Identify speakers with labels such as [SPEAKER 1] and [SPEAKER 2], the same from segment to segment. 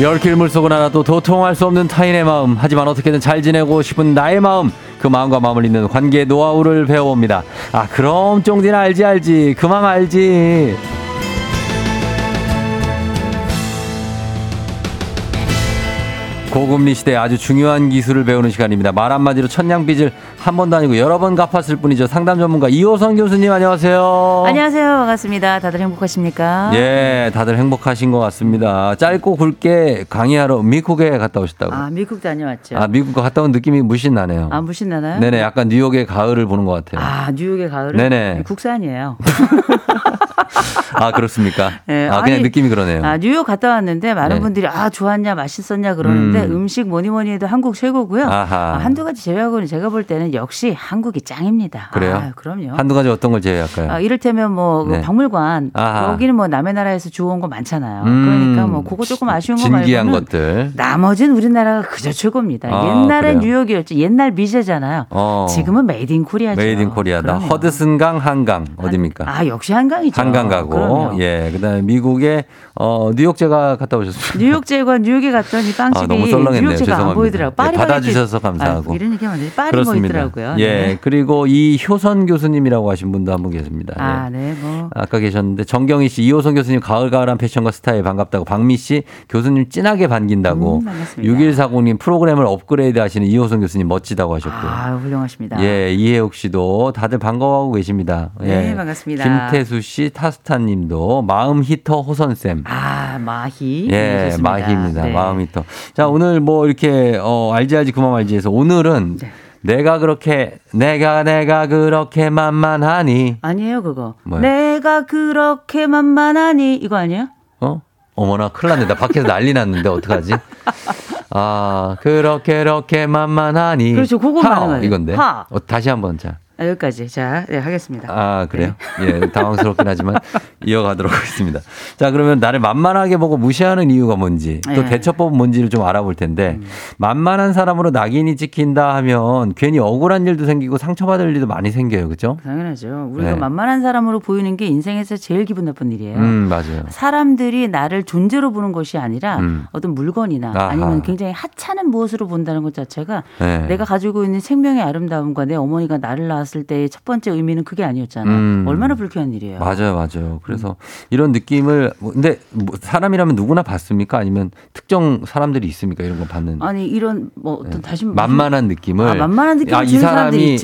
[SPEAKER 1] 열길 물속은 하나도 도통할 수 없는 타인의 마음 하지만 어떻게든 잘 지내고 싶은 나의 마음 그 마음과 마음을 잇는 관계의 노하우를 배워봅니다 아 그럼 쫑디는 알지 알지 그 마음 알지 고금리 시대에 아주 중요한 기술을 배우는 시간입니다 말 한마디로 천냥빚을 한 번도 아니고 여러 번 갚았을 뿐이죠 상담 전문가 이호선 교수님 안녕하세요
[SPEAKER 2] 안녕하세요. 반갑습니다. 다들 행복하십니까?
[SPEAKER 1] 어. 예, 다들 행복하신 것 같습니다. 짧고 굵게 강의하러 미국에 갔다 오셨다고. 아,
[SPEAKER 2] 아, 미국 다녀왔죠.
[SPEAKER 1] 미국 갔다 온 느낌이 무신 나네요.
[SPEAKER 2] 안 무신나나요?
[SPEAKER 1] 네네, 약간 뉴욕의 가을을 보는 것 같아요. 아,
[SPEAKER 2] 아, 뉴욕의 가을은
[SPEAKER 1] 네네.
[SPEAKER 2] 국산이에요.
[SPEAKER 1] 아, 그렇습니까?
[SPEAKER 2] 네,
[SPEAKER 1] 아, 그냥
[SPEAKER 2] 아니,
[SPEAKER 1] 느낌이 그러네요.
[SPEAKER 2] 아, 뉴욕 갔다 왔는데 많은
[SPEAKER 1] 네.
[SPEAKER 2] 분들이 아, 좋았냐, 맛있었냐 그러는데
[SPEAKER 1] 음.
[SPEAKER 2] 음. 식 뭐니 뭐니 해도 한국 최고고요.
[SPEAKER 1] 아하.
[SPEAKER 2] 아, 한두 가지 제외하고는 제가 볼 때는 역시 한국이 짱입니다.
[SPEAKER 1] 그래요?
[SPEAKER 2] 아, 그럼요.
[SPEAKER 1] 한두 가지 어떤 걸 제외할까요?
[SPEAKER 2] 아, 이를테면 뭐
[SPEAKER 1] 네.
[SPEAKER 2] 그 박물관
[SPEAKER 1] 아하.
[SPEAKER 2] 거기는 뭐 남의 나라에서 좋은 거 많잖아요.
[SPEAKER 1] 음,
[SPEAKER 2] 그러니까 뭐 그거 조금 아쉬운 거
[SPEAKER 1] 진기한
[SPEAKER 2] 말고는
[SPEAKER 1] 것들.
[SPEAKER 2] 나머진 우리나라가 그저 최고입니다.
[SPEAKER 1] 아,
[SPEAKER 2] 옛날엔
[SPEAKER 1] 그래요?
[SPEAKER 2] 뉴욕이었죠. 옛날 미제잖아요.
[SPEAKER 1] 어.
[SPEAKER 2] 지금은 메이드 인 코리아죠.
[SPEAKER 1] 메이드 인 코리아다.
[SPEAKER 2] 그럼요.
[SPEAKER 1] 허드슨강 한강 어딥니까?
[SPEAKER 2] 아 역시 한강이죠.
[SPEAKER 1] 한강 가고
[SPEAKER 2] 그럼요.
[SPEAKER 1] 예 그다음에 미국의 어 뉴욕 제가 갔다 오셨습니다.
[SPEAKER 2] 뉴욕 제과 뉴욕에 갔더니 빵집이
[SPEAKER 1] 아, 너무 썰렁했네요.
[SPEAKER 2] 뉴욕 제가
[SPEAKER 1] 죄송합니다.
[SPEAKER 2] 안 보이더라고.
[SPEAKER 1] 예,
[SPEAKER 2] 파리
[SPEAKER 1] 받아주셔서
[SPEAKER 2] 바게트-
[SPEAKER 1] 감사하고.
[SPEAKER 2] 아, 이런 얘기하면 안 되지. 파리 뭐 있더라고요.
[SPEAKER 1] 예.
[SPEAKER 2] 네.
[SPEAKER 1] 그리고 이효선 교수님이라고 하신 분도 한 분 계십니다. 예.
[SPEAKER 2] 아, 네, 뭐.
[SPEAKER 1] 아까 계셨는데 정경희 씨, 이호선 교수님 가을가을한 패션과 스타일 반갑다고 박미 씨 교수님 진하게 반긴다고
[SPEAKER 2] 음, 반갑습니다.
[SPEAKER 1] 6140님 프로그램을 업그레이드 하시는 이호선 교수님 멋지다고 하셨고요.
[SPEAKER 2] 아, 훌륭하십니다.
[SPEAKER 1] 예, 이혜옥 씨도 다들 반가워하고 계십니다.
[SPEAKER 2] 네,
[SPEAKER 1] 예.
[SPEAKER 2] 반갑습니다.
[SPEAKER 1] 김태수 씨, 타스타 님도 마음 히터 호선 쌤.
[SPEAKER 2] 아, 마히. 네,
[SPEAKER 1] 예,
[SPEAKER 2] 좋습니다.
[SPEAKER 1] 마희입니다.
[SPEAKER 2] 네.
[SPEAKER 1] 마음 히터. 자, 오늘 뭐 이렇게 어 알지 알지 그만 알지에서 오늘은
[SPEAKER 2] 네.
[SPEAKER 1] 내가 그렇게 내가 내가 그렇게 만만하니
[SPEAKER 2] 아니에요, 그거.
[SPEAKER 1] 뭐요?
[SPEAKER 2] 내가 그렇게 만만하니 이거 아니에요?
[SPEAKER 1] 어? 어머나 큰일 났네. 나 밖에서 난리 났는데 어떡하지? 아, 그렇게 그렇게 만만하니.
[SPEAKER 2] 그렇죠. 그거
[SPEAKER 1] 하,
[SPEAKER 2] 많은 거예요.
[SPEAKER 1] 이건데.
[SPEAKER 2] 하.
[SPEAKER 1] 어, 다시 한번 자.
[SPEAKER 2] 아, 여기까지. 자, 네, 하겠습니다.
[SPEAKER 1] 아, 그래요? 예, 당황스럽긴 하지만 이어가도록 하겠습니다. 자, 그러면 나를 만만하게 보고 무시하는 이유가 뭔지, 또
[SPEAKER 2] 예.
[SPEAKER 1] 대처법은 뭔지를 좀 알아볼 텐데,
[SPEAKER 2] 음.
[SPEAKER 1] 만만한 사람으로 낙인이 찍힌다 하면 괜히 억울한 일도 생기고 상처받을 일도 많이 생겨요. 그죠?
[SPEAKER 2] 당연하죠. 우리가
[SPEAKER 1] 네.
[SPEAKER 2] 만만한 사람으로 보이는 게 인생에서 제일 기분 나쁜 일이에요.
[SPEAKER 1] 음, 맞아요.
[SPEAKER 2] 사람들이 나를 존재로 보는 것이 아니라
[SPEAKER 1] 음.
[SPEAKER 2] 어떤 물건이나
[SPEAKER 1] 아하.
[SPEAKER 2] 아니면 굉장히 하찮은 무엇으로 본다는 것 자체가
[SPEAKER 1] 네.
[SPEAKER 2] 내가 가지고 있는 생명의 아름다움과 내 어머니가 나를 낳았을 때의 첫 번째 의미는 그게 아니었잖아요.
[SPEAKER 1] 음.
[SPEAKER 2] 얼마나 불쾌한 일이에요. 음.
[SPEAKER 1] 맞아요, 맞아요. 그래서 이런 느낌을 뭐, 근데 뭐 사람이라면 누구나 받습니까? 아니면 특정 사람들이 있습니까? 이런 거 받는
[SPEAKER 2] 아니 이런 뭐 어떤 다시 무슨-
[SPEAKER 1] 네. 만만한 느낌을
[SPEAKER 2] 아, 만만한 느낌을
[SPEAKER 1] 아, 이
[SPEAKER 2] 주는 사람들이
[SPEAKER 1] 사람이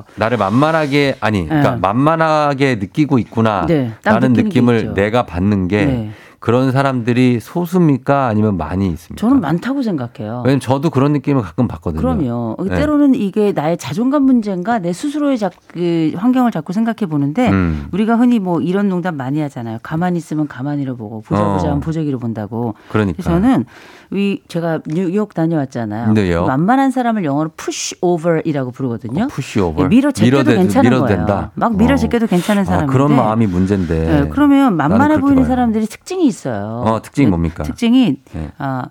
[SPEAKER 2] 있죠.
[SPEAKER 1] 나를 만만하게 아니 그러니까
[SPEAKER 2] 네.
[SPEAKER 1] 만만하게 느끼고 있구나
[SPEAKER 2] 네, 딱
[SPEAKER 1] 라는
[SPEAKER 2] 느끼는 게
[SPEAKER 1] 느낌을
[SPEAKER 2] 있죠.
[SPEAKER 1] 내가 받는 게
[SPEAKER 2] 네.
[SPEAKER 1] 그런 사람들이 소수입니까? 아니면 많이 있습니까?
[SPEAKER 2] 저는 많다고 생각해요.
[SPEAKER 1] 왜냐면 저도 그런 느낌을 가끔 받거든요.
[SPEAKER 2] 그럼요.
[SPEAKER 1] 네.
[SPEAKER 2] 때로는 이게 나의 자존감 문제인가 내 스스로의 자, 그 환경을 자꾸 생각해 보는데
[SPEAKER 1] 음.
[SPEAKER 2] 우리가 흔히 뭐 이런 농담 많이 하잖아요. 가만히 있으면 가만히로 보고 보자
[SPEAKER 1] 어.
[SPEAKER 2] 보자 하면 보자기로 본다고.
[SPEAKER 1] 그러니까
[SPEAKER 2] 저는 이 제가 뉴욕 다녀왔잖아요.
[SPEAKER 1] 네요.
[SPEAKER 2] 만만한 사람을 영어로 push over이라고 부르거든요. 예,
[SPEAKER 1] 푸시오버
[SPEAKER 2] 밀어 제껴도 괜찮은 거예요. 막 밀어 제껴도 괜찮은
[SPEAKER 1] 아,
[SPEAKER 2] 사람인데.
[SPEAKER 1] 그런 마음이 문제인데.
[SPEAKER 2] 네, 그러면
[SPEAKER 1] 나는
[SPEAKER 2] 만만해
[SPEAKER 1] 그렇게
[SPEAKER 2] 보이는
[SPEAKER 1] 봐요.
[SPEAKER 2] 사람들이 특징이 있어요.
[SPEAKER 1] 어, 특징이
[SPEAKER 2] 네,
[SPEAKER 1] 뭡니까?
[SPEAKER 2] 특징이
[SPEAKER 1] 네.
[SPEAKER 2] 아,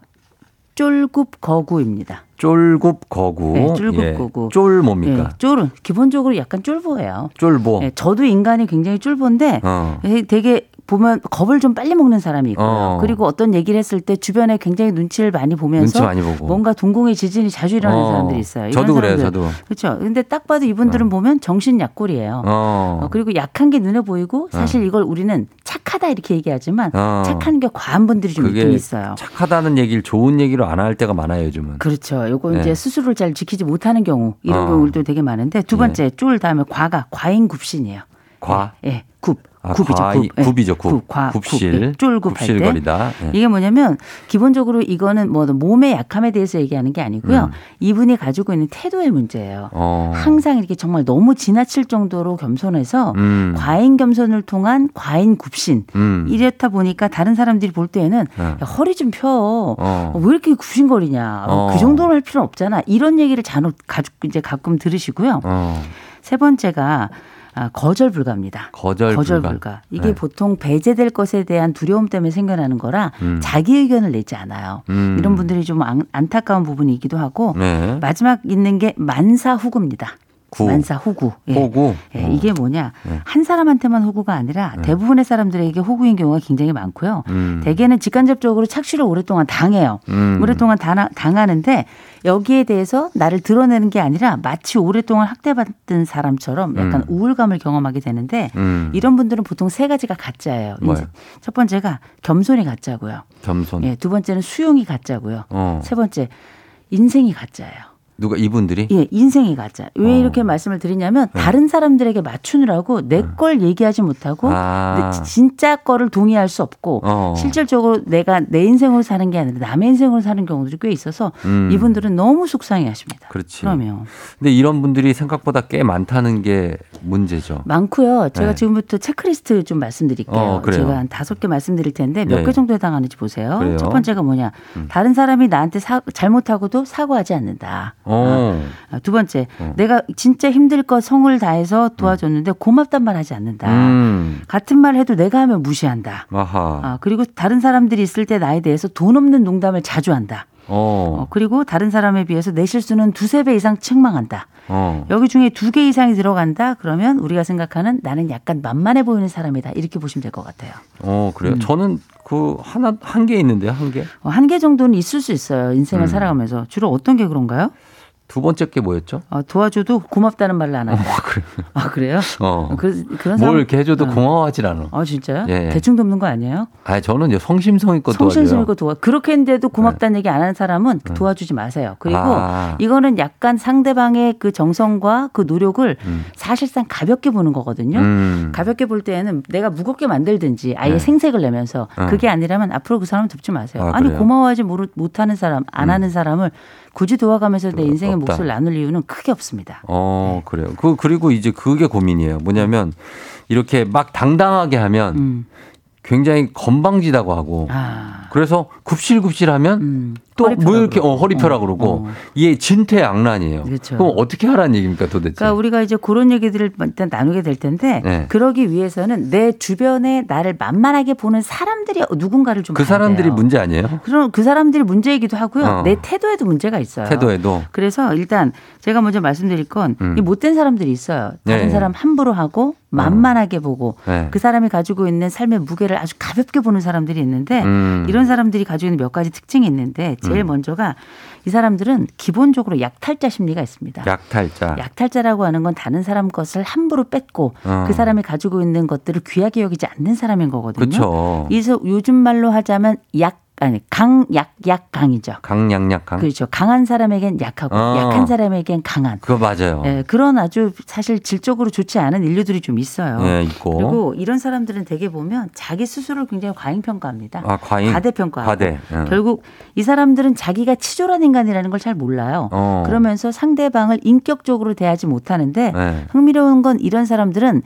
[SPEAKER 2] 쫄굽 거구입니다.
[SPEAKER 1] 쫄굽 거구. 예.
[SPEAKER 2] 네, 쫄굽 거구.
[SPEAKER 1] 쫄 뭡니까?
[SPEAKER 2] 예, 쫄은 기본적으로 약간 쫄보예요.
[SPEAKER 1] 쫄보.
[SPEAKER 2] 예, 저도 인간이 굉장히 쫄본데
[SPEAKER 1] 어.
[SPEAKER 2] 예, 되게 보면 겁을 좀 빨리 먹는 사람이 있고요.
[SPEAKER 1] 어.
[SPEAKER 2] 그리고 어떤 얘기를 했을 때 주변에 굉장히 눈치를 많이
[SPEAKER 1] 눈치
[SPEAKER 2] 보면서
[SPEAKER 1] 많이 보고.
[SPEAKER 2] 뭔가 동공의 지진이 자주 일어나는
[SPEAKER 1] 어.
[SPEAKER 2] 사람들이 있어요. 이런
[SPEAKER 1] 저도 그래요,
[SPEAKER 2] 사람들.
[SPEAKER 1] 저도.
[SPEAKER 2] 그렇죠. 근데 딱 봐도 이분들은 보면 정신 약골이에요.
[SPEAKER 1] 어.
[SPEAKER 2] 어, 그리고 약한 게 눈에 보이고 사실 이걸 우리는 착하다 이렇게 얘기하지만
[SPEAKER 1] 어.
[SPEAKER 2] 착한 게 과한 분들이 좀 있긴 있어요.
[SPEAKER 1] 착하다는 얘기를 좋은 얘기로 안 할 때가 많아요, 요즘은.
[SPEAKER 2] 그렇죠. 요거
[SPEAKER 1] 네.
[SPEAKER 2] 이제 스스로를 잘 지키지 못하는 경우 이런
[SPEAKER 1] 어.
[SPEAKER 2] 경우도 되게 많은데 두 번째 쫄 다음에 과가 과잉 굽신이에요.
[SPEAKER 1] 과.
[SPEAKER 2] 예, 굽.
[SPEAKER 1] 아,
[SPEAKER 2] 굽이죠.
[SPEAKER 1] 과이-
[SPEAKER 2] 굽. 예.
[SPEAKER 1] 굽이죠, 굽.
[SPEAKER 2] 과,
[SPEAKER 1] 굽실.
[SPEAKER 2] 굽. 예, 네, 쫄굽할 때.
[SPEAKER 1] 굽실거리다. 예.
[SPEAKER 2] 이게 뭐냐면 기본적으로 이거는 뭐 몸의 약함에 대해서 얘기하는 게 아니고요.
[SPEAKER 1] 음.
[SPEAKER 2] 이분이 가지고 있는 태도의 문제예요.
[SPEAKER 1] 어.
[SPEAKER 2] 항상 이렇게 정말 너무 지나칠 정도로 겸손해서
[SPEAKER 1] 음.
[SPEAKER 2] 과잉 겸손을 통한 과잉 굽신
[SPEAKER 1] 음.
[SPEAKER 2] 이렇다 보니까 다른 사람들이 볼 때에는
[SPEAKER 1] 예.
[SPEAKER 2] 야, 허리 좀 펴.
[SPEAKER 1] 어.
[SPEAKER 2] 어, 왜 이렇게 굽신거리냐. 어,
[SPEAKER 1] 어.
[SPEAKER 2] 그 정도로 할 필요는 없잖아. 이런 얘기를 간혹 가- 이제 가끔 들으시고요.
[SPEAKER 1] 어.
[SPEAKER 2] 세 번째가 아, 거절 불가입니다.
[SPEAKER 1] 거절,
[SPEAKER 2] 거절
[SPEAKER 1] 불가.
[SPEAKER 2] 불가. 이게
[SPEAKER 1] 네.
[SPEAKER 2] 보통 배제될 것에 대한 두려움 때문에 생겨나는 거라
[SPEAKER 1] 음.
[SPEAKER 2] 자기 의견을 내지 않아요.
[SPEAKER 1] 음.
[SPEAKER 2] 이런 분들이 좀 안, 안타까운 부분이기도 하고
[SPEAKER 1] 네.
[SPEAKER 2] 마지막 있는 게 만사후구입니다.
[SPEAKER 1] 구.
[SPEAKER 2] 만사후구. 예.
[SPEAKER 1] 호구.
[SPEAKER 2] 예,
[SPEAKER 1] 어.
[SPEAKER 2] 이게 뭐냐
[SPEAKER 1] 네.
[SPEAKER 2] 한 사람한테만 호구가 아니라 대부분의 사람들에게 호구인 경우가 굉장히 많고요.
[SPEAKER 1] 음.
[SPEAKER 2] 대개는 직간접적으로 착취를 오랫동안 당해요.
[SPEAKER 1] 음.
[SPEAKER 2] 오랫동안 당하, 당하는데 여기에 대해서 나를 드러내는 게 아니라 마치 오랫동안 학대받은 사람처럼 약간
[SPEAKER 1] 음.
[SPEAKER 2] 우울감을 경험하게 되는데
[SPEAKER 1] 음.
[SPEAKER 2] 이런 분들은 보통 세 가지가 가짜예요. 인제
[SPEAKER 1] 뭐예요?
[SPEAKER 2] 첫 번째가 겸손이 가짜고요.
[SPEAKER 1] 겸손.
[SPEAKER 2] 예, 두 번째는 수용이 가짜고요.
[SPEAKER 1] 어.
[SPEAKER 2] 세 번째 인생이 가짜예요.
[SPEAKER 1] 누가 이분들이?
[SPEAKER 2] 예, 인생이 가짜. 왜
[SPEAKER 1] 어. 네.
[SPEAKER 2] 이렇게 말씀을 드리냐면 다른 사람들에게 맞추느라고 내 걸 얘기하지 못하고 그
[SPEAKER 1] 아.
[SPEAKER 2] 내 진짜 거를 동의할 수 없고
[SPEAKER 1] 어.
[SPEAKER 2] 실질적으로 내가 내 인생으로 사는 게 아니라 남의 인생으로 사는 경우들이 꽤 있어서
[SPEAKER 1] 음.
[SPEAKER 2] 이분들은 너무 속상해하십니다.
[SPEAKER 1] 그렇지.
[SPEAKER 2] 그러면
[SPEAKER 1] 근데 이런 분들이 생각보다 꽤 많다는 게 문제죠.
[SPEAKER 2] 많고요. 제가
[SPEAKER 1] 네.
[SPEAKER 2] 지금부터 체크리스트 좀 말씀드릴게요.
[SPEAKER 1] 어, 그래요.
[SPEAKER 2] 제가 한 다섯 개 말씀드릴 텐데 몇 개
[SPEAKER 1] 네.
[SPEAKER 2] 정도 해당하는지 보세요.
[SPEAKER 1] 그래요. 음.
[SPEAKER 2] 첫 번째가 뭐냐? 다른 사람이 나한테 사- 잘못하고도 사과하지 않는다.
[SPEAKER 1] 어.
[SPEAKER 2] 아, 두 번째,
[SPEAKER 1] 어.
[SPEAKER 2] 내가 진짜 힘들 거 성을 다해서 도와줬는데 고맙단 말 하지 않는다.
[SPEAKER 1] 음.
[SPEAKER 2] 같은 말 해도 내가 하면 무시한다.
[SPEAKER 1] 아하.
[SPEAKER 2] 아, 그리고 다른 사람들이 있을 때 나에 대해서 돈 없는 농담을 자주 한다. 어,
[SPEAKER 1] 어.
[SPEAKER 2] 그리고 다른 사람에 비해서 내 실수는 두세 배 이상 책망한다.
[SPEAKER 1] 어.
[SPEAKER 2] 여기 중에 두 개 이상이 들어간다. 그러면 우리가 생각하는 나는 약간 만만해 보이는 사람이다. 이렇게 보시면 될 것 같아요.
[SPEAKER 1] 어,
[SPEAKER 2] 음.
[SPEAKER 1] 그래요. 저는 그 하나 한 개 있는데요. 한 개.
[SPEAKER 2] 어, 한개 정도는 있을 수 있어요. 인생을
[SPEAKER 1] 음.
[SPEAKER 2] 살아가면서 주로 어떤 게 그런가요?
[SPEAKER 1] 두 번째 게 뭐였죠?
[SPEAKER 2] 어, 도와줘도 고맙다는 말을 안 한다.
[SPEAKER 1] 어, 그래요.
[SPEAKER 2] 아 그래요?
[SPEAKER 1] 어.
[SPEAKER 2] 그, 런 사람
[SPEAKER 1] 뭘 이렇게 해줘도
[SPEAKER 2] 어.
[SPEAKER 1] 고마워하질 않아.
[SPEAKER 2] 아 진짜요?
[SPEAKER 1] 예, 예.
[SPEAKER 2] 대충 돕는 거 아니에요?
[SPEAKER 1] 아, 저는 이제 성심성의껏 도와줘요. 네. 음.
[SPEAKER 2] 성심성의껏 도와. 그렇게 했는데도 고맙다는 얘기 안 하는 사람은 도와주지 마세요. 그리고
[SPEAKER 1] 아.
[SPEAKER 2] 이거는 약간 상대방의 그 정성과 그 노력을
[SPEAKER 1] 음.
[SPEAKER 2] 사실상 가볍게 보는 거거든요.
[SPEAKER 1] 음.
[SPEAKER 2] 가볍게 볼 때에는 내가 무겁게 만들든지 아예
[SPEAKER 1] 네.
[SPEAKER 2] 생색을 내면서
[SPEAKER 1] 어.
[SPEAKER 2] 그게 아니라면 앞으로 그 사람 돕지 마세요.
[SPEAKER 1] 아,
[SPEAKER 2] 아, 니
[SPEAKER 1] 그래요? 음.
[SPEAKER 2] 고마워하지 모르- 못하는 사람 안 하는 사람을 굳이 도와가면서 내 인생의
[SPEAKER 1] 없다.
[SPEAKER 2] 몫을 나눌 이유는 크게 없습니다.
[SPEAKER 1] 어,
[SPEAKER 2] 네.
[SPEAKER 1] 그래요. 그, 그리고 이제 그게 고민이에요. 뭐냐면, 이렇게 막 당당하게 하면
[SPEAKER 2] 음.
[SPEAKER 1] 굉장히 건방지다고 하고,
[SPEAKER 2] 아,
[SPEAKER 1] 그래서 굽실굽실 하면
[SPEAKER 2] 음.
[SPEAKER 1] 또
[SPEAKER 2] 허리펴라
[SPEAKER 1] 뭐 이렇게
[SPEAKER 2] 그러고.
[SPEAKER 1] 어, 허리펴라
[SPEAKER 2] 어,
[SPEAKER 1] 그러고,
[SPEAKER 2] 어.
[SPEAKER 1] 이게 진퇴양난이에요.
[SPEAKER 2] 그렇죠.
[SPEAKER 1] 그럼 어떻게 하라는 얘기입니까 도대체?
[SPEAKER 2] 그러니까 우리가 이제 그런 얘기들을 일단 나누게 될 텐데
[SPEAKER 1] 네.
[SPEAKER 2] 그러기 위해서는 내 주변에 나를 만만하게 보는 사람들이 누군가를 좀
[SPEAKER 1] 그
[SPEAKER 2] 봐야
[SPEAKER 1] 사람들이
[SPEAKER 2] 돼요.
[SPEAKER 1] 문제 아니에요?
[SPEAKER 2] 그럼 그 사람들이 문제이기도 하고요.
[SPEAKER 1] 어.
[SPEAKER 2] 내 태도에도 문제가 있어요.
[SPEAKER 1] 태도에도.
[SPEAKER 2] 그래서 일단 제가 먼저 말씀드릴 건 이
[SPEAKER 1] 음.
[SPEAKER 2] 못된 사람들이 있어요. 다른
[SPEAKER 1] 네.
[SPEAKER 2] 사람 함부로 하고 만만하게 보고
[SPEAKER 1] 네.
[SPEAKER 2] 그 사람이 가지고 있는 삶의 무게를 아주 가볍게 보는 사람들이 있는데
[SPEAKER 1] 음.
[SPEAKER 2] 이런 사람들이 가지고 있는 몇 가지 특징이 있는데 제일 먼저가 이 사람들은 기본적으로 약탈자 심리가 있습니다.
[SPEAKER 1] 약탈자.
[SPEAKER 2] 약탈자라고 하는 건 다른 사람 것을 함부로 뺏고
[SPEAKER 1] 어.
[SPEAKER 2] 그 사람이 가지고 있는 것들을 귀하게 여기지 않는 사람인 거거든요.
[SPEAKER 1] 그렇죠.
[SPEAKER 2] 그래서 요즘 말로 하자면 약 아니 강약약 강이죠.
[SPEAKER 1] 강양약강. 그...
[SPEAKER 2] 그렇죠. 강한 사람에겐 약하고
[SPEAKER 1] 어.
[SPEAKER 2] 약한 사람에겐 강한.
[SPEAKER 1] 거 맞아요.
[SPEAKER 2] 예, 그런 아주 사실 질적으로 좋지 않은 인류들이 좀 있어요.
[SPEAKER 1] 예, 있고.
[SPEAKER 2] 그리고 이런 사람들은 대개 보면 자기 스스로를 굉장히 과잉평가합니다.
[SPEAKER 1] 아, 과잉.
[SPEAKER 2] 과대평가하고
[SPEAKER 1] 과대. 네. 응.
[SPEAKER 2] 결국 이 사람들은 자기가 치졸한 인간이라는 걸 잘 몰라요.
[SPEAKER 1] 어.
[SPEAKER 2] 그러면서 상대방을 인격적으로 대하지 못하는데
[SPEAKER 1] 네.
[SPEAKER 2] 흥미로운 건 이런 사람들은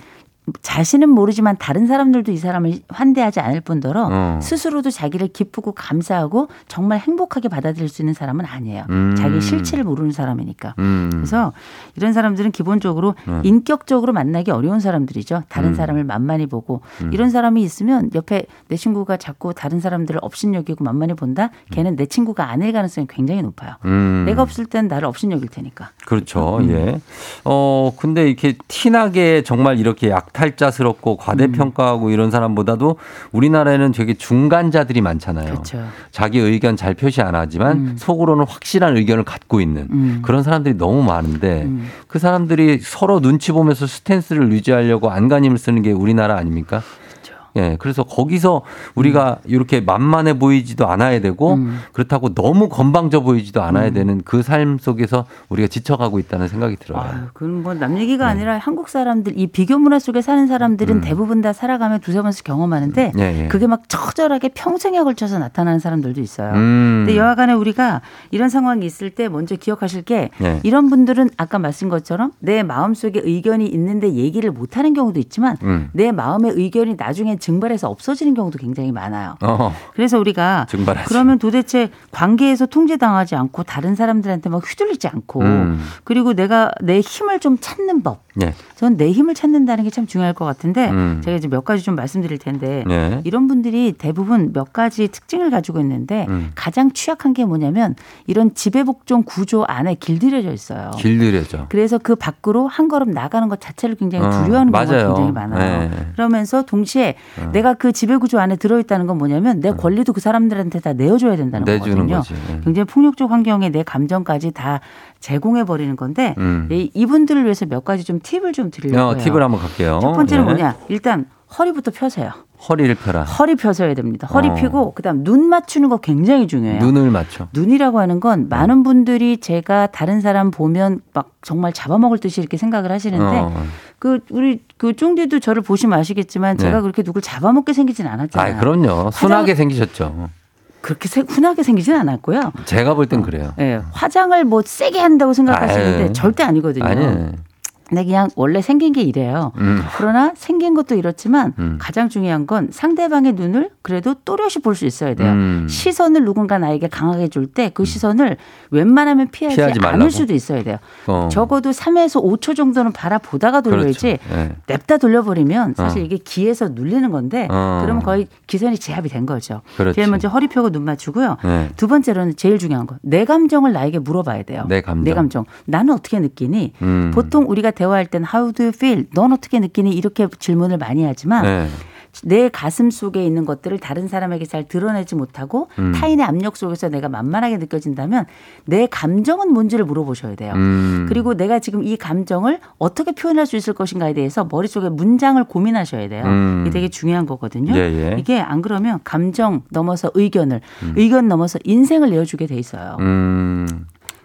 [SPEAKER 2] 자신은 모르지만 다른 사람들도 이 사람을 환대하지 않을 뿐더러
[SPEAKER 1] 어.
[SPEAKER 2] 스스로도 자기를 기쁘고 감사하고 정말 행복하게 받아들일 수 있는 사람은 아니에요.
[SPEAKER 1] 음.
[SPEAKER 2] 자기 실체를 모르는 사람이니까.
[SPEAKER 1] 음. 네.
[SPEAKER 2] 그래서 이런 사람들은 기본적으로 인격적으로 만나기 어려운 사람들이죠.
[SPEAKER 1] 음.
[SPEAKER 2] 다른 사람을 만만히 보고 이런 사람이 있으면 옆에 내 친구가 자꾸 다른 사람들을 업신여기고 만만히 본다. 걔는 내 친구가 아닐 가능성이 굉장히 높아요.
[SPEAKER 1] 음.
[SPEAKER 2] 내가 없을 땐 나를 업신여길 테니까.
[SPEAKER 1] 그렇죠.
[SPEAKER 2] 음.
[SPEAKER 1] 예. 어, 근데 이렇게 티나게 정말 이렇게 약탈자스럽고
[SPEAKER 2] 음.
[SPEAKER 1] 과대평가하고 이런 사람보다도 우리나라에는 되게 중간자들이 많잖아요.
[SPEAKER 2] 그렇죠.
[SPEAKER 1] 자기 의견 잘 표시 안 하지만 속으로는 확실한 의견을 갖고 있는
[SPEAKER 2] 음.
[SPEAKER 1] 그런 사람들이 너무 많은데 그 사람들이 서로 눈치 보면서 스탠스를 유지하려고 안간힘을 쓰는 게 우리나라 아닙니까?
[SPEAKER 2] 그렇죠. 음.
[SPEAKER 1] 예, 그래서 거기서 우리가 이렇게 만만해 보이지도 않아야 되고 그렇다고 너무 건방져 보이지도
[SPEAKER 2] 음.
[SPEAKER 1] 않아야 되는 그 삶 속에서 우리가 지쳐가고 있다는 생각이 들어요.
[SPEAKER 2] 아유, 그건 뭐 남 얘기가
[SPEAKER 1] 네.
[SPEAKER 2] 아니라 한국 사람들 이 비교 문화 속에 사는 사람들은 대부분 다 살아가며 두세 번씩 경험하는데
[SPEAKER 1] 음. 예, 예.
[SPEAKER 2] 그게 막 처절하게 평생에 걸쳐서 나타나는 사람들도 있어요.
[SPEAKER 1] 음.
[SPEAKER 2] 근데 여하간에 우리가 이런 상황이 있을 때 먼저 기억하실 게
[SPEAKER 1] 예.
[SPEAKER 2] 이런 분들은 아까 말씀 것처럼 내 마음 속에 의견이 있는데 얘기를 못 하는 경우도 있지만
[SPEAKER 1] 음.
[SPEAKER 2] 내 마음의 의견이 나중에 증발해서 없어지는 경우도 굉장히 많아요.
[SPEAKER 1] 어,
[SPEAKER 2] 그래서 우리가
[SPEAKER 1] 증발하지.
[SPEAKER 2] 그러면 도대체 관계에서 통제당하지 않고 다른 사람들한테 막 휘둘리지 않고
[SPEAKER 1] 음.
[SPEAKER 2] 그리고 내가 내 힘을 좀 찾는 법.
[SPEAKER 1] 예.
[SPEAKER 2] 전 내 힘을 찾는다는 게 참 중요할 것 같은데
[SPEAKER 1] 음.
[SPEAKER 2] 제가 이제 몇 가지 좀 말씀드릴 텐데
[SPEAKER 1] 예.
[SPEAKER 2] 이런 분들이 대부분 몇 가지 특징을 가지고 있는데
[SPEAKER 1] 음.
[SPEAKER 2] 가장 취약한 게 뭐냐면 이런 지배복종 구조 안에 길들여져 있어요.
[SPEAKER 1] 길들여져.
[SPEAKER 2] 그래서 그 밖으로 한 걸음 나가는 것 자체를 굉장히
[SPEAKER 1] 어,
[SPEAKER 2] 두려워하는 경우가
[SPEAKER 1] 맞아요.
[SPEAKER 2] 굉장히 많아요.
[SPEAKER 1] 네. 어.
[SPEAKER 2] 그러면서 동시에 내가 그 지배구조 안에 들어있다는 건 뭐냐면 내 권리도 그 사람들한테 다 내어줘야 된다는
[SPEAKER 1] 내주는
[SPEAKER 2] 네. 거거든요.
[SPEAKER 1] 거지. 예.
[SPEAKER 2] 굉장히 폭력적 환경에 내 감정까지 다 제공해 버리는 건데
[SPEAKER 1] 음.
[SPEAKER 2] 이- 이분들을 위해서 몇 가지 좀 팁을 좀 드리려고
[SPEAKER 1] 어,
[SPEAKER 2] 해요.
[SPEAKER 1] 팁을 한번 갈게요.
[SPEAKER 2] 첫 번째는
[SPEAKER 1] 예.
[SPEAKER 2] 뭐냐? 일단 허리부터 펴세요.
[SPEAKER 1] 허리를 펴라.
[SPEAKER 2] 허리 펴셔야 됩니다. 허리
[SPEAKER 1] 어.
[SPEAKER 2] 펴고 그다음 눈 맞추는 거 굉장히 중요해요.
[SPEAKER 1] 눈을 맞춰.
[SPEAKER 2] 눈이라고 하는 건 많은 분들이 제가 다른 사람 보면 막 정말 잡아먹을 듯이 이렇게 생각을 하시는데
[SPEAKER 1] 어.
[SPEAKER 2] 그 우리 그 쫑디도 저를 보시면 아시겠지만 제가
[SPEAKER 1] 네.
[SPEAKER 2] 그렇게 누굴 잡아먹게 생기진 않았잖아요.
[SPEAKER 1] 아, 그럼요. 순하게
[SPEAKER 2] 화장-
[SPEAKER 1] 생기셨죠.
[SPEAKER 2] 그렇게 세- 흔하게 생기진 않았고요.
[SPEAKER 1] 제가 볼 땐 그래요.
[SPEAKER 2] 예, 화장을 뭐 세게 한다고 생각하시는데
[SPEAKER 1] 아유.
[SPEAKER 2] 절대 아니거든요.
[SPEAKER 1] 아니.
[SPEAKER 2] 근데 그냥 원래 생긴 게 이래요.
[SPEAKER 1] 음.
[SPEAKER 2] 그러나 생긴 것도 이렇지만
[SPEAKER 1] 음.
[SPEAKER 2] 가장 중요한 건 상대방의 눈을 그래도 또렷이 볼 수 있어야 돼요.
[SPEAKER 1] 음.
[SPEAKER 2] 시선을 누군가 나에게 강하게 줄 때 그 시선을 웬만하면 피하지,
[SPEAKER 1] 피하지 말라고?
[SPEAKER 2] 않을 수도 있어야 돼요.
[SPEAKER 1] 어.
[SPEAKER 2] 적어도 3에서 5초 정도는 바라보다가 돌려야지
[SPEAKER 1] 그렇죠. 예.
[SPEAKER 2] 냅다 돌려버리면 사실
[SPEAKER 1] 어.
[SPEAKER 2] 이게 기에서 눌리는 건데
[SPEAKER 1] 어.
[SPEAKER 2] 그러면 거의 기선이 제압이 된 거죠.
[SPEAKER 1] 그렇지.
[SPEAKER 2] 제일 먼저 허리 펴고 눈 맞추고요.
[SPEAKER 1] 예.
[SPEAKER 2] 두 번째로는 제일 중요한 거. 내 감정을 나에게 물어봐야 돼요.
[SPEAKER 1] 내 감정.
[SPEAKER 2] 나는 어떻게 느끼니?
[SPEAKER 1] 음.
[SPEAKER 2] 보통 우리가 대화할 땐 how do you feel? 넌 어떻게 느끼니? 이렇게 질문을 많이 하지만
[SPEAKER 1] 예.
[SPEAKER 2] 내 가슴 속에 있는 것들을 다른 사람에게 잘 드러내지 못하고
[SPEAKER 1] 음.
[SPEAKER 2] 타인의 압력 속에서 내가 만만하게 느껴진다면 내 감정은 뭔지를 물어보셔야 돼요.
[SPEAKER 1] 음.
[SPEAKER 2] 그리고 내가 지금 이 감정을 어떻게 표현할 수 있을 것인가에 대해서 머릿속에 문장을 고민하셔야 돼요.
[SPEAKER 1] 음.
[SPEAKER 2] 이게 되게 중요한 거거든요.
[SPEAKER 1] 예, 예.
[SPEAKER 2] 이게 안 그러면 감정 넘어서 의견을, 의견 넘어서 인생을 내어주게 돼 있어요.
[SPEAKER 1] 음.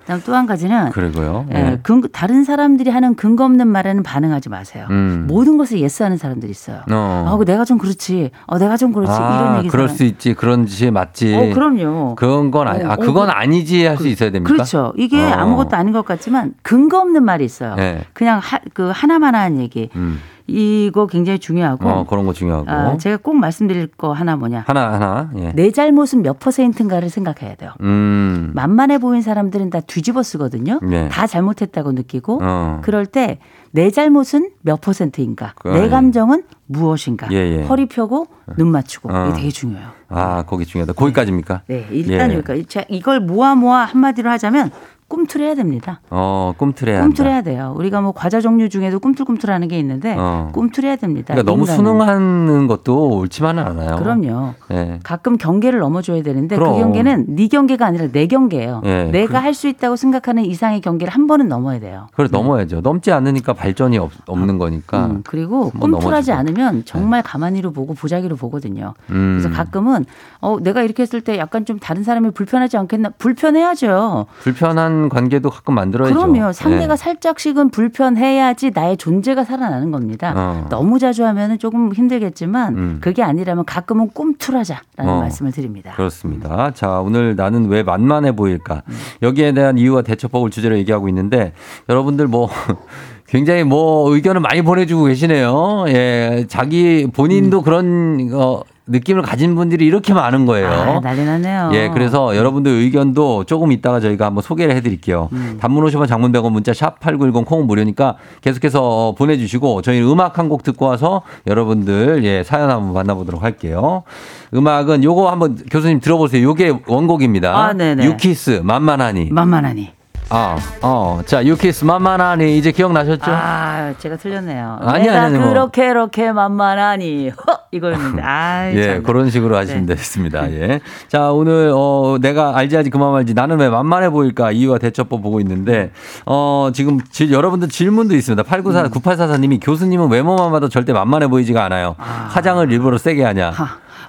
[SPEAKER 2] 그다음 또 한 가지는
[SPEAKER 1] 그러고요.
[SPEAKER 2] 예,
[SPEAKER 1] 예.
[SPEAKER 2] 근- 다른 사람들이 하는 근거 없는 말에는 반응하지 마세요.
[SPEAKER 1] 음.
[SPEAKER 2] 모든 것을 예스하는 사람들이 있어요.
[SPEAKER 1] 어. 아,
[SPEAKER 2] 아, 그 내가 좀 그렇지. 어, 내가 좀 그렇지. 이런 얘기.
[SPEAKER 1] 그럴 수 있지. 그런 짓 맞지.
[SPEAKER 2] 어, 그럼요.
[SPEAKER 1] 그런 건 아니. 아,
[SPEAKER 2] 어,
[SPEAKER 1] 그건 아니지 할 수 있어야 됩니까?
[SPEAKER 2] 그렇죠. 이게
[SPEAKER 1] 어.
[SPEAKER 2] 아무것도 아닌 것 같지만 근거 없는 말이 있어요.
[SPEAKER 1] 예.
[SPEAKER 2] 그냥 하, 그 하나만한 얘기.
[SPEAKER 1] 음.
[SPEAKER 2] 이거 굉장히 중요하고
[SPEAKER 1] 어, 그런 거 중요하고.
[SPEAKER 2] 아, 제가 네. 꼭 말씀드릴 거 하나 뭐냐.
[SPEAKER 1] 하나 하나. 예.
[SPEAKER 2] 내 잘못은 몇 퍼센트인가를 생각해야 돼요.
[SPEAKER 1] 음.
[SPEAKER 2] 만만해 보인 사람들은 다 뒤집어 쓰거든요.
[SPEAKER 1] 네.
[SPEAKER 2] 다 잘못했다고 느끼고
[SPEAKER 1] 어.
[SPEAKER 2] 그럴 때 내 잘못은 몇 퍼센트인가,
[SPEAKER 1] 그, 예.
[SPEAKER 2] 내 감정은 무엇인가,
[SPEAKER 1] 예, 예.
[SPEAKER 2] 허리 펴고 눈 맞추고
[SPEAKER 1] 어.
[SPEAKER 2] 이게 되게 중요해요.
[SPEAKER 1] 아, 거기 중요하다. 거기까지입니까?
[SPEAKER 2] 네, 일단
[SPEAKER 1] 예.
[SPEAKER 2] 여기까지. 자, 이걸 모아 모아 한마디로 하자면 꿈틀해야 됩니다.
[SPEAKER 1] 어, 꿈틀해야 한다.
[SPEAKER 2] 꿈틀해야 돼요. 우리가 뭐 과자 종류 중에도 꿈틀꿈틀하는 게 있는데
[SPEAKER 1] 어.
[SPEAKER 2] 꿈틀해야 됩니다.
[SPEAKER 1] 그러니까 너무
[SPEAKER 2] 인간은.
[SPEAKER 1] 수능하는 것도 옳지만은 않아요.
[SPEAKER 2] 그럼요.
[SPEAKER 1] 예.
[SPEAKER 2] 가끔 경계를 넘어줘야 되는데
[SPEAKER 1] 그럼.
[SPEAKER 2] 그 경계는 네 경계가 아니라 내 경계예요.
[SPEAKER 1] 예,
[SPEAKER 2] 내가
[SPEAKER 1] 그-
[SPEAKER 2] 할 수 있다고 생각하는 이상의 경계를 한 번은 넘어야 돼요.
[SPEAKER 1] 그래 넘어야죠. 넘지 않으니까 발전이 없, 없는 거니까.
[SPEAKER 2] 네. 음, 그리고
[SPEAKER 1] 그러니까 한번
[SPEAKER 2] 꿈틀하지
[SPEAKER 1] 넘어지고. 예.
[SPEAKER 2] 않으면 정말 가만히로 보고 보자기로 보거든요.
[SPEAKER 1] 음.
[SPEAKER 2] 그래서 가끔은 어 내가 이렇게 했을 때 약간 좀 다른 사람이 불편하지 않겠나 불편해야죠.
[SPEAKER 1] 불편한 관계도 가끔 만들어야죠.
[SPEAKER 2] 그럼요. 상대가
[SPEAKER 1] 예.
[SPEAKER 2] 살짝씩은 불편해야지 나의 존재가 살아나는 겁니다.
[SPEAKER 1] 어.
[SPEAKER 2] 너무 자주 하면은 조금 힘들겠지만
[SPEAKER 1] 음.
[SPEAKER 2] 그게 아니라면 가끔은 꿈틀하자라는
[SPEAKER 1] 어.
[SPEAKER 2] 말씀을 드립니다.
[SPEAKER 1] 그렇습니다. 자, 오늘 나는 왜 만만해 보일까? 여기에 대한 이유와 대처법을 주제로 얘기하고 있는데 여러분들 뭐 굉장히 뭐 의견을 많이 보내주고 계시네요. 예, 자기 본인도 그런 어, 느낌을 가진 분들이 이렇게 많은 거예요.
[SPEAKER 2] 아, 난리 나네요.
[SPEAKER 1] 예,
[SPEAKER 2] 음.
[SPEAKER 1] 그래서 여러분들 의견도 조금 이따가 저희가 한번 소개를 해드릴게요.
[SPEAKER 2] 음.
[SPEAKER 1] 단문 50원, 장문 100원, 문자 샵 #8910 콩은 무료니까 계속해서 보내주시고 저희 음악 한 곡 듣고 와서 여러분들 예 사연 한번 만나보도록 할게요. 음악은 요거 한번 교수님 들어보세요. 요게 원곡입니다.
[SPEAKER 2] 아, 네네.
[SPEAKER 1] 유키스 만만하니.
[SPEAKER 2] 만만하니.
[SPEAKER 1] 아, 어. 자, 유키스 만만하니 이제 기억나셨죠?
[SPEAKER 2] 아, 제가 틀렸네요.
[SPEAKER 1] 아니,
[SPEAKER 2] 내가
[SPEAKER 1] 아니, 아니, 뭐.
[SPEAKER 2] 그렇게 이렇게 만만하니 허! 이거였는데. 아,
[SPEAKER 1] 예, 그런 식으로 하시면
[SPEAKER 2] 네.
[SPEAKER 1] 되겠습니다. 예. 자, 오늘, 어, 내가 알지, 알지, 그만 말지. 나는 왜 만만해 보일까? 이유와 대처법 보고 있는데, 어, 지금 지- 여러분들 질문도 있습니다.
[SPEAKER 2] 음.
[SPEAKER 1] 894, 9844님이 교수님은 외모만 봐도 절대 만만해 보이지가 않아요. 화장을 일부러 세게 하냐.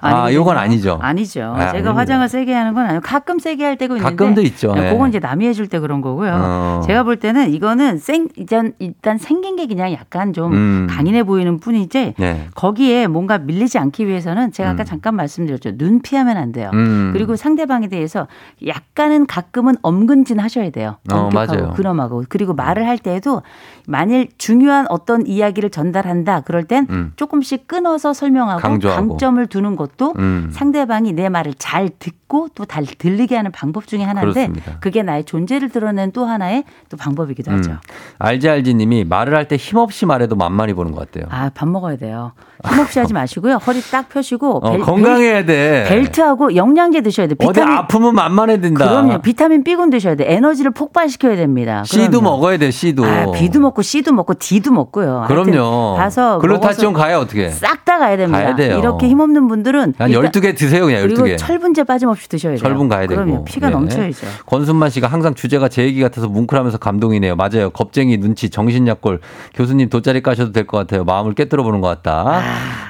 [SPEAKER 1] 아, 요건 아니죠.
[SPEAKER 2] 아니죠.
[SPEAKER 1] 아,
[SPEAKER 2] 제가
[SPEAKER 1] 아닙니다.
[SPEAKER 2] 화장을 세게 하는 건 아니고 가끔 세게 할 때가 있는데
[SPEAKER 1] 가끔도 있죠.
[SPEAKER 2] 네,
[SPEAKER 1] 예.
[SPEAKER 2] 그건 이제 남이 해줄 때 그런 거고요.
[SPEAKER 1] 어.
[SPEAKER 2] 제가 볼 때는 이거는 생 일단 일단 생긴 게 그냥 약간 좀
[SPEAKER 1] 음.
[SPEAKER 2] 강인해 보이는 뿐이지
[SPEAKER 1] 네.
[SPEAKER 2] 거기에 뭔가 밀리지 않기 위해서는 제가 아까 잠깐 말씀드렸죠. 눈 피하면 안 돼요.
[SPEAKER 1] 음.
[SPEAKER 2] 그리고 상대방에 대해서 약간은 가끔은 엄근진 하셔야 돼요.
[SPEAKER 1] 어,
[SPEAKER 2] 엄격하고
[SPEAKER 1] 맞아요.
[SPEAKER 2] 근엄하고 그리고 말을 할 때에도 만일 중요한 어떤 이야기를 전달한다 그럴 땐
[SPEAKER 1] 음.
[SPEAKER 2] 조금씩 끊어서 설명하고
[SPEAKER 1] 강조하고.
[SPEAKER 2] 강점을 두는 것도
[SPEAKER 1] 음.
[SPEAKER 2] 상대방이 내 말을 잘 듣고 또 잘 들리게 하는 방법 중에 하나인데
[SPEAKER 1] 그렇습니다. 음.
[SPEAKER 2] 그게 나의 존재를 드러낸 또 하나의 또 방법이기도 하죠.
[SPEAKER 1] 알지, 알지 님이 말을 할 때 힘없이 말해도 만만히 보는 것 같아요.
[SPEAKER 2] 아, 밥 먹어야 돼요. 힘없이 하지 마시고요. 허리 딱 펴시고
[SPEAKER 1] 어,
[SPEAKER 2] 아, 벨-
[SPEAKER 1] 건강해야 돼.
[SPEAKER 2] 벨- 벨트하고 영양제 드셔야 돼요.
[SPEAKER 1] 예. 어디
[SPEAKER 2] 비타민
[SPEAKER 1] 아프면 만만해진다.
[SPEAKER 2] 그럼요. 비타민 B군 드셔야 돼. 에너지를 폭발시켜야 됩니다.
[SPEAKER 1] C도
[SPEAKER 2] 그럼요.
[SPEAKER 1] 먹어야 돼, C도.
[SPEAKER 2] 아, B도 먹고 C도 먹고 D도 먹고요.
[SPEAKER 1] 그럼요.
[SPEAKER 2] 가서
[SPEAKER 1] 글루타치온 가야 어떻게?
[SPEAKER 2] 싹 다 가야 됩니다.
[SPEAKER 1] 가야 돼요.
[SPEAKER 2] 이렇게 힘없는 분들은
[SPEAKER 1] 한
[SPEAKER 2] 일단-
[SPEAKER 1] 12개 드세요, 그냥
[SPEAKER 2] 그리고
[SPEAKER 1] 12개.
[SPEAKER 2] 철분제 빠짐없이 드셔야 돼요.
[SPEAKER 1] 철분 가야 되고.
[SPEAKER 2] 그럼요. 피가
[SPEAKER 1] 예.
[SPEAKER 2] 넘쳐야죠.
[SPEAKER 1] 권순만 씨가 항상 주제가 제 얘기 같아서 뭉클하면서 감동이네요. 맞아요. 겁쟁이 눈치 정신약골 교수님 돗자리 까셔도 될 것 같아요. 마음을 깨뜨려 보는 것 같다.
[SPEAKER 2] 아.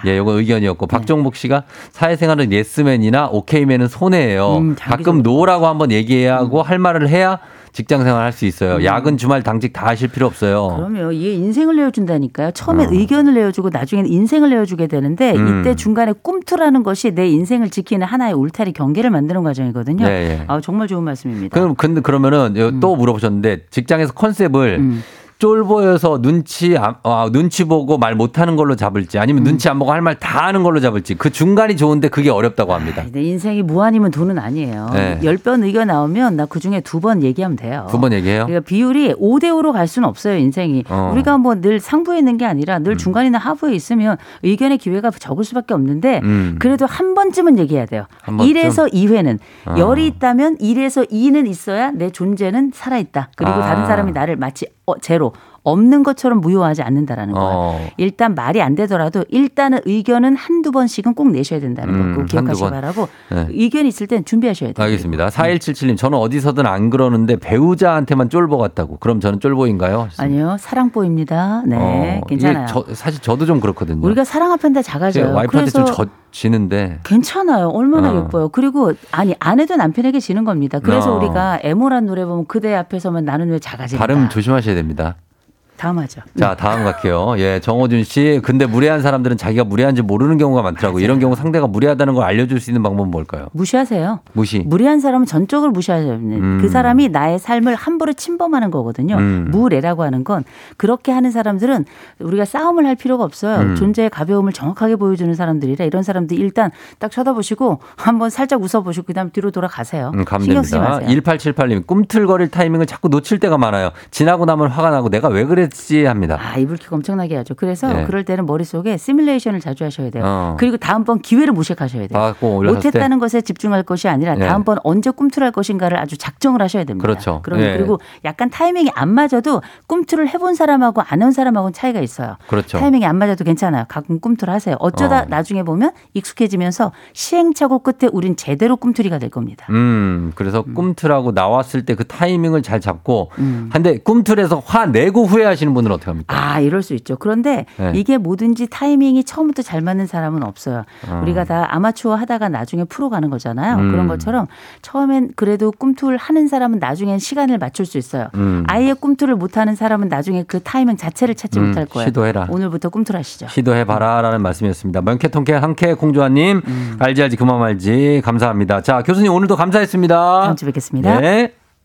[SPEAKER 1] 예, 요거 의견이었고
[SPEAKER 2] 네.
[SPEAKER 1] 박종복 씨가 사회생활은 예스맨이나 오케이맨은 손해예요.
[SPEAKER 2] 음, 자기
[SPEAKER 1] 가끔 노라고 한번 얘기해야 하고 할 말을 해야 직장생활 할 수 있어요.
[SPEAKER 2] 음.
[SPEAKER 1] 야근 주말 당직 다 하실 필요 없어요.
[SPEAKER 2] 그럼요. 이게 인생을 내어준다니까요. 처음에 의견을 내어주고 나중에는 인생을 내어주게 되는데
[SPEAKER 1] 음.
[SPEAKER 2] 이때 중간에 꿈틀하는 것이 내 인생을 지키는 하나의 울타리 경계를 만드는 과정이거든요.
[SPEAKER 1] 예, 예.
[SPEAKER 2] 아, 정말 좋은 말씀입니다.
[SPEAKER 1] 그럼 근데 그러면은 요-
[SPEAKER 2] 음.
[SPEAKER 1] 또 물어보셨는데 직장에서 컨셉을 쫄보여서 눈치 안- 아, 눈치 보고 말 못하는 걸로 잡을지 아니면
[SPEAKER 2] 음.
[SPEAKER 1] 눈치 안 보고 할 말 다 하는 걸로 잡을지 그 중간이 좋은데 그게 어렵다고 합니다.
[SPEAKER 2] 아이, 내 인생이 무한이면 돈은 아니에요.
[SPEAKER 1] 네.
[SPEAKER 2] 열 번 의견 나오면 나 그 중에 두 번 얘기하면 돼요.
[SPEAKER 1] 두 번 얘기해요.
[SPEAKER 2] 그러니까 비율이 5대5로 갈 수는 없어요, 인생이.
[SPEAKER 1] 어. 음.
[SPEAKER 2] 우리가 뭐 늘 상부에 있는 게 아니라 늘 중간이나 하부에 있으면 의견의 기회가 적을 수밖에 없는데
[SPEAKER 1] 음.
[SPEAKER 2] 그래도 한 번쯤은 얘기해야 돼요.
[SPEAKER 1] 한 번쯤? 어.
[SPEAKER 2] 1에서 2회는. 열이 있다면 1에서 2는 있어야 내 존재는 살아있다. 그리고
[SPEAKER 1] 아.
[SPEAKER 2] 다른 사람이 나를 마치 어, 제로, 없는 것처럼 무효하지 않는다라는 거예요.
[SPEAKER 1] 어.
[SPEAKER 2] 일단 말이 안 되더라도 일단은 의견은 한두 번씩은 꼭 내셔야 된다는
[SPEAKER 1] 음,
[SPEAKER 2] 거 꼭
[SPEAKER 1] 한두
[SPEAKER 2] 기억하시기
[SPEAKER 1] 번.
[SPEAKER 2] 바라고
[SPEAKER 1] 네.
[SPEAKER 2] 의견이 있을 땐 준비하셔야 돼요.
[SPEAKER 1] 알겠습니다. 4177님, 저는 어디서든 안 그러는데 배우자한테만 쫄보 같다고. 그럼 저는 쫄보인가요?
[SPEAKER 2] 아니요, 사랑보입니다. 네,
[SPEAKER 1] 어, 이게
[SPEAKER 2] 괜찮아요.
[SPEAKER 1] 저- 사실 저도 좀 그렇거든요.
[SPEAKER 2] 우리가 사랑 앞엔 다 작아져요.
[SPEAKER 1] 와이프한테
[SPEAKER 2] 그래서
[SPEAKER 1] 좀 젖지는데.
[SPEAKER 2] 괜찮아요. 얼마나
[SPEAKER 1] 어.
[SPEAKER 2] 예뻐요. 그리고 아니 아내도 남편에게 지는 겁니다. 그래서
[SPEAKER 1] 어.
[SPEAKER 2] 우리가 애모란 노래 보면 그대 앞에서만 나는 왜 작아진다.
[SPEAKER 1] 발음 조심하셔야 됩니다.
[SPEAKER 2] 다음 하죠.
[SPEAKER 1] 자, 다음 갈게요. 예, 정호준 씨. 근데 무례한 사람들은 자기가 무례한지 모르는 경우가 많더라고. 이런 경우 상대가 무례하다는 걸 알려줄 수 있는 방법은 뭘까요?
[SPEAKER 2] 무시하세요.
[SPEAKER 1] 무시.
[SPEAKER 2] 무례한 사람은 전적으로 무시해야 됩니다.
[SPEAKER 1] 예. 음.
[SPEAKER 2] 그 사람이 나의 삶을 함부로 침범하는 거거든요.
[SPEAKER 1] 음.
[SPEAKER 2] 무례라고 하는 건 그렇게 하는 사람들은 우리가 싸움을 할 필요가 없어요.
[SPEAKER 1] 음.
[SPEAKER 2] 존재의 가벼움을 정확하게 보여주는 사람들이라 이런 사람들 일단 딱 쳐다보시고 한번 살짝 웃어보시고 그다음 뒤로 돌아가세요.
[SPEAKER 1] 음,
[SPEAKER 2] 신경 쓰지
[SPEAKER 1] 감됩니다.
[SPEAKER 2] 마세요.
[SPEAKER 1] 1878님, 꿈틀거릴 타이밍을 자꾸 놓칠 때가 많아요. 지나고 나면 화가 나고 내가 왜 그랬지 합니다.
[SPEAKER 2] 아, 이불킥 엄청나게 하죠. 그래서
[SPEAKER 1] 예.
[SPEAKER 2] 그럴 때는 머릿속에 시뮬레이션을 자주 하셔야 돼요.
[SPEAKER 1] 어.
[SPEAKER 2] 네. 그리고 다음번 기회를 모색하셔야 돼요.
[SPEAKER 1] 받고 올라갔을 때.
[SPEAKER 2] 못했다는 것에 집중할 것이 아니라
[SPEAKER 1] 예.
[SPEAKER 2] 다음번 언제 꿈틀할 것인가를 아주 작정을 하셔야 됩니다.
[SPEAKER 1] 그렇죠.
[SPEAKER 2] 그럼
[SPEAKER 1] 예.
[SPEAKER 2] 그리고 약간 타이밍이 안 맞아도 꿈틀을 해본 사람하고 안 한 사람하고는 차이가 있어요.
[SPEAKER 1] 그렇죠.
[SPEAKER 2] 타이밍이 안 맞아도 괜찮아요. 가끔 꿈틀 하세요. 어쩌다
[SPEAKER 1] 어.
[SPEAKER 2] 나중에 보면 익숙해지면서 시행착오 끝에 우린 제대로 꿈틀이가 될 겁니다.
[SPEAKER 1] 음, 그래서 꿈틀하고 나왔을 때 그 타이밍을 잘 잡고,
[SPEAKER 2] 음.
[SPEAKER 1] 한데 꿈틀에서 화 내고 후회하시는 분은 어떻게 합니까?
[SPEAKER 2] 아, 이럴 수 있죠. 그런데
[SPEAKER 1] 네.
[SPEAKER 2] 이게 뭐든지 타이밍이 처음부터 잘 맞는 사람은 없어요. 우리가 다 아마추어 하다가 나중에 프로 가는 거잖아요.
[SPEAKER 1] 아. 음.
[SPEAKER 2] 그런 것처럼 처음엔 그래도 꿈틀 하는 사람은 나중엔 시간을 맞출 수 있어요.
[SPEAKER 1] 음.
[SPEAKER 2] 아예 꿈틀을 못 하는 사람은 나중에 그 타이밍 자체를 찾지
[SPEAKER 1] 음,
[SPEAKER 2] 못할 거예요.
[SPEAKER 1] 시도해라.
[SPEAKER 2] 오늘부터 꿈틀 하시죠.
[SPEAKER 1] 시도해봐라라는 말씀이었습니다. 명쾌통쾌 한쾌
[SPEAKER 2] 음.
[SPEAKER 1] 공주아님 알지 알지 그만 말지 감사합니다. 자 교수님 오늘도 감사했습니다.
[SPEAKER 2] 다음 주에 뵙겠습니다.
[SPEAKER 1] 네.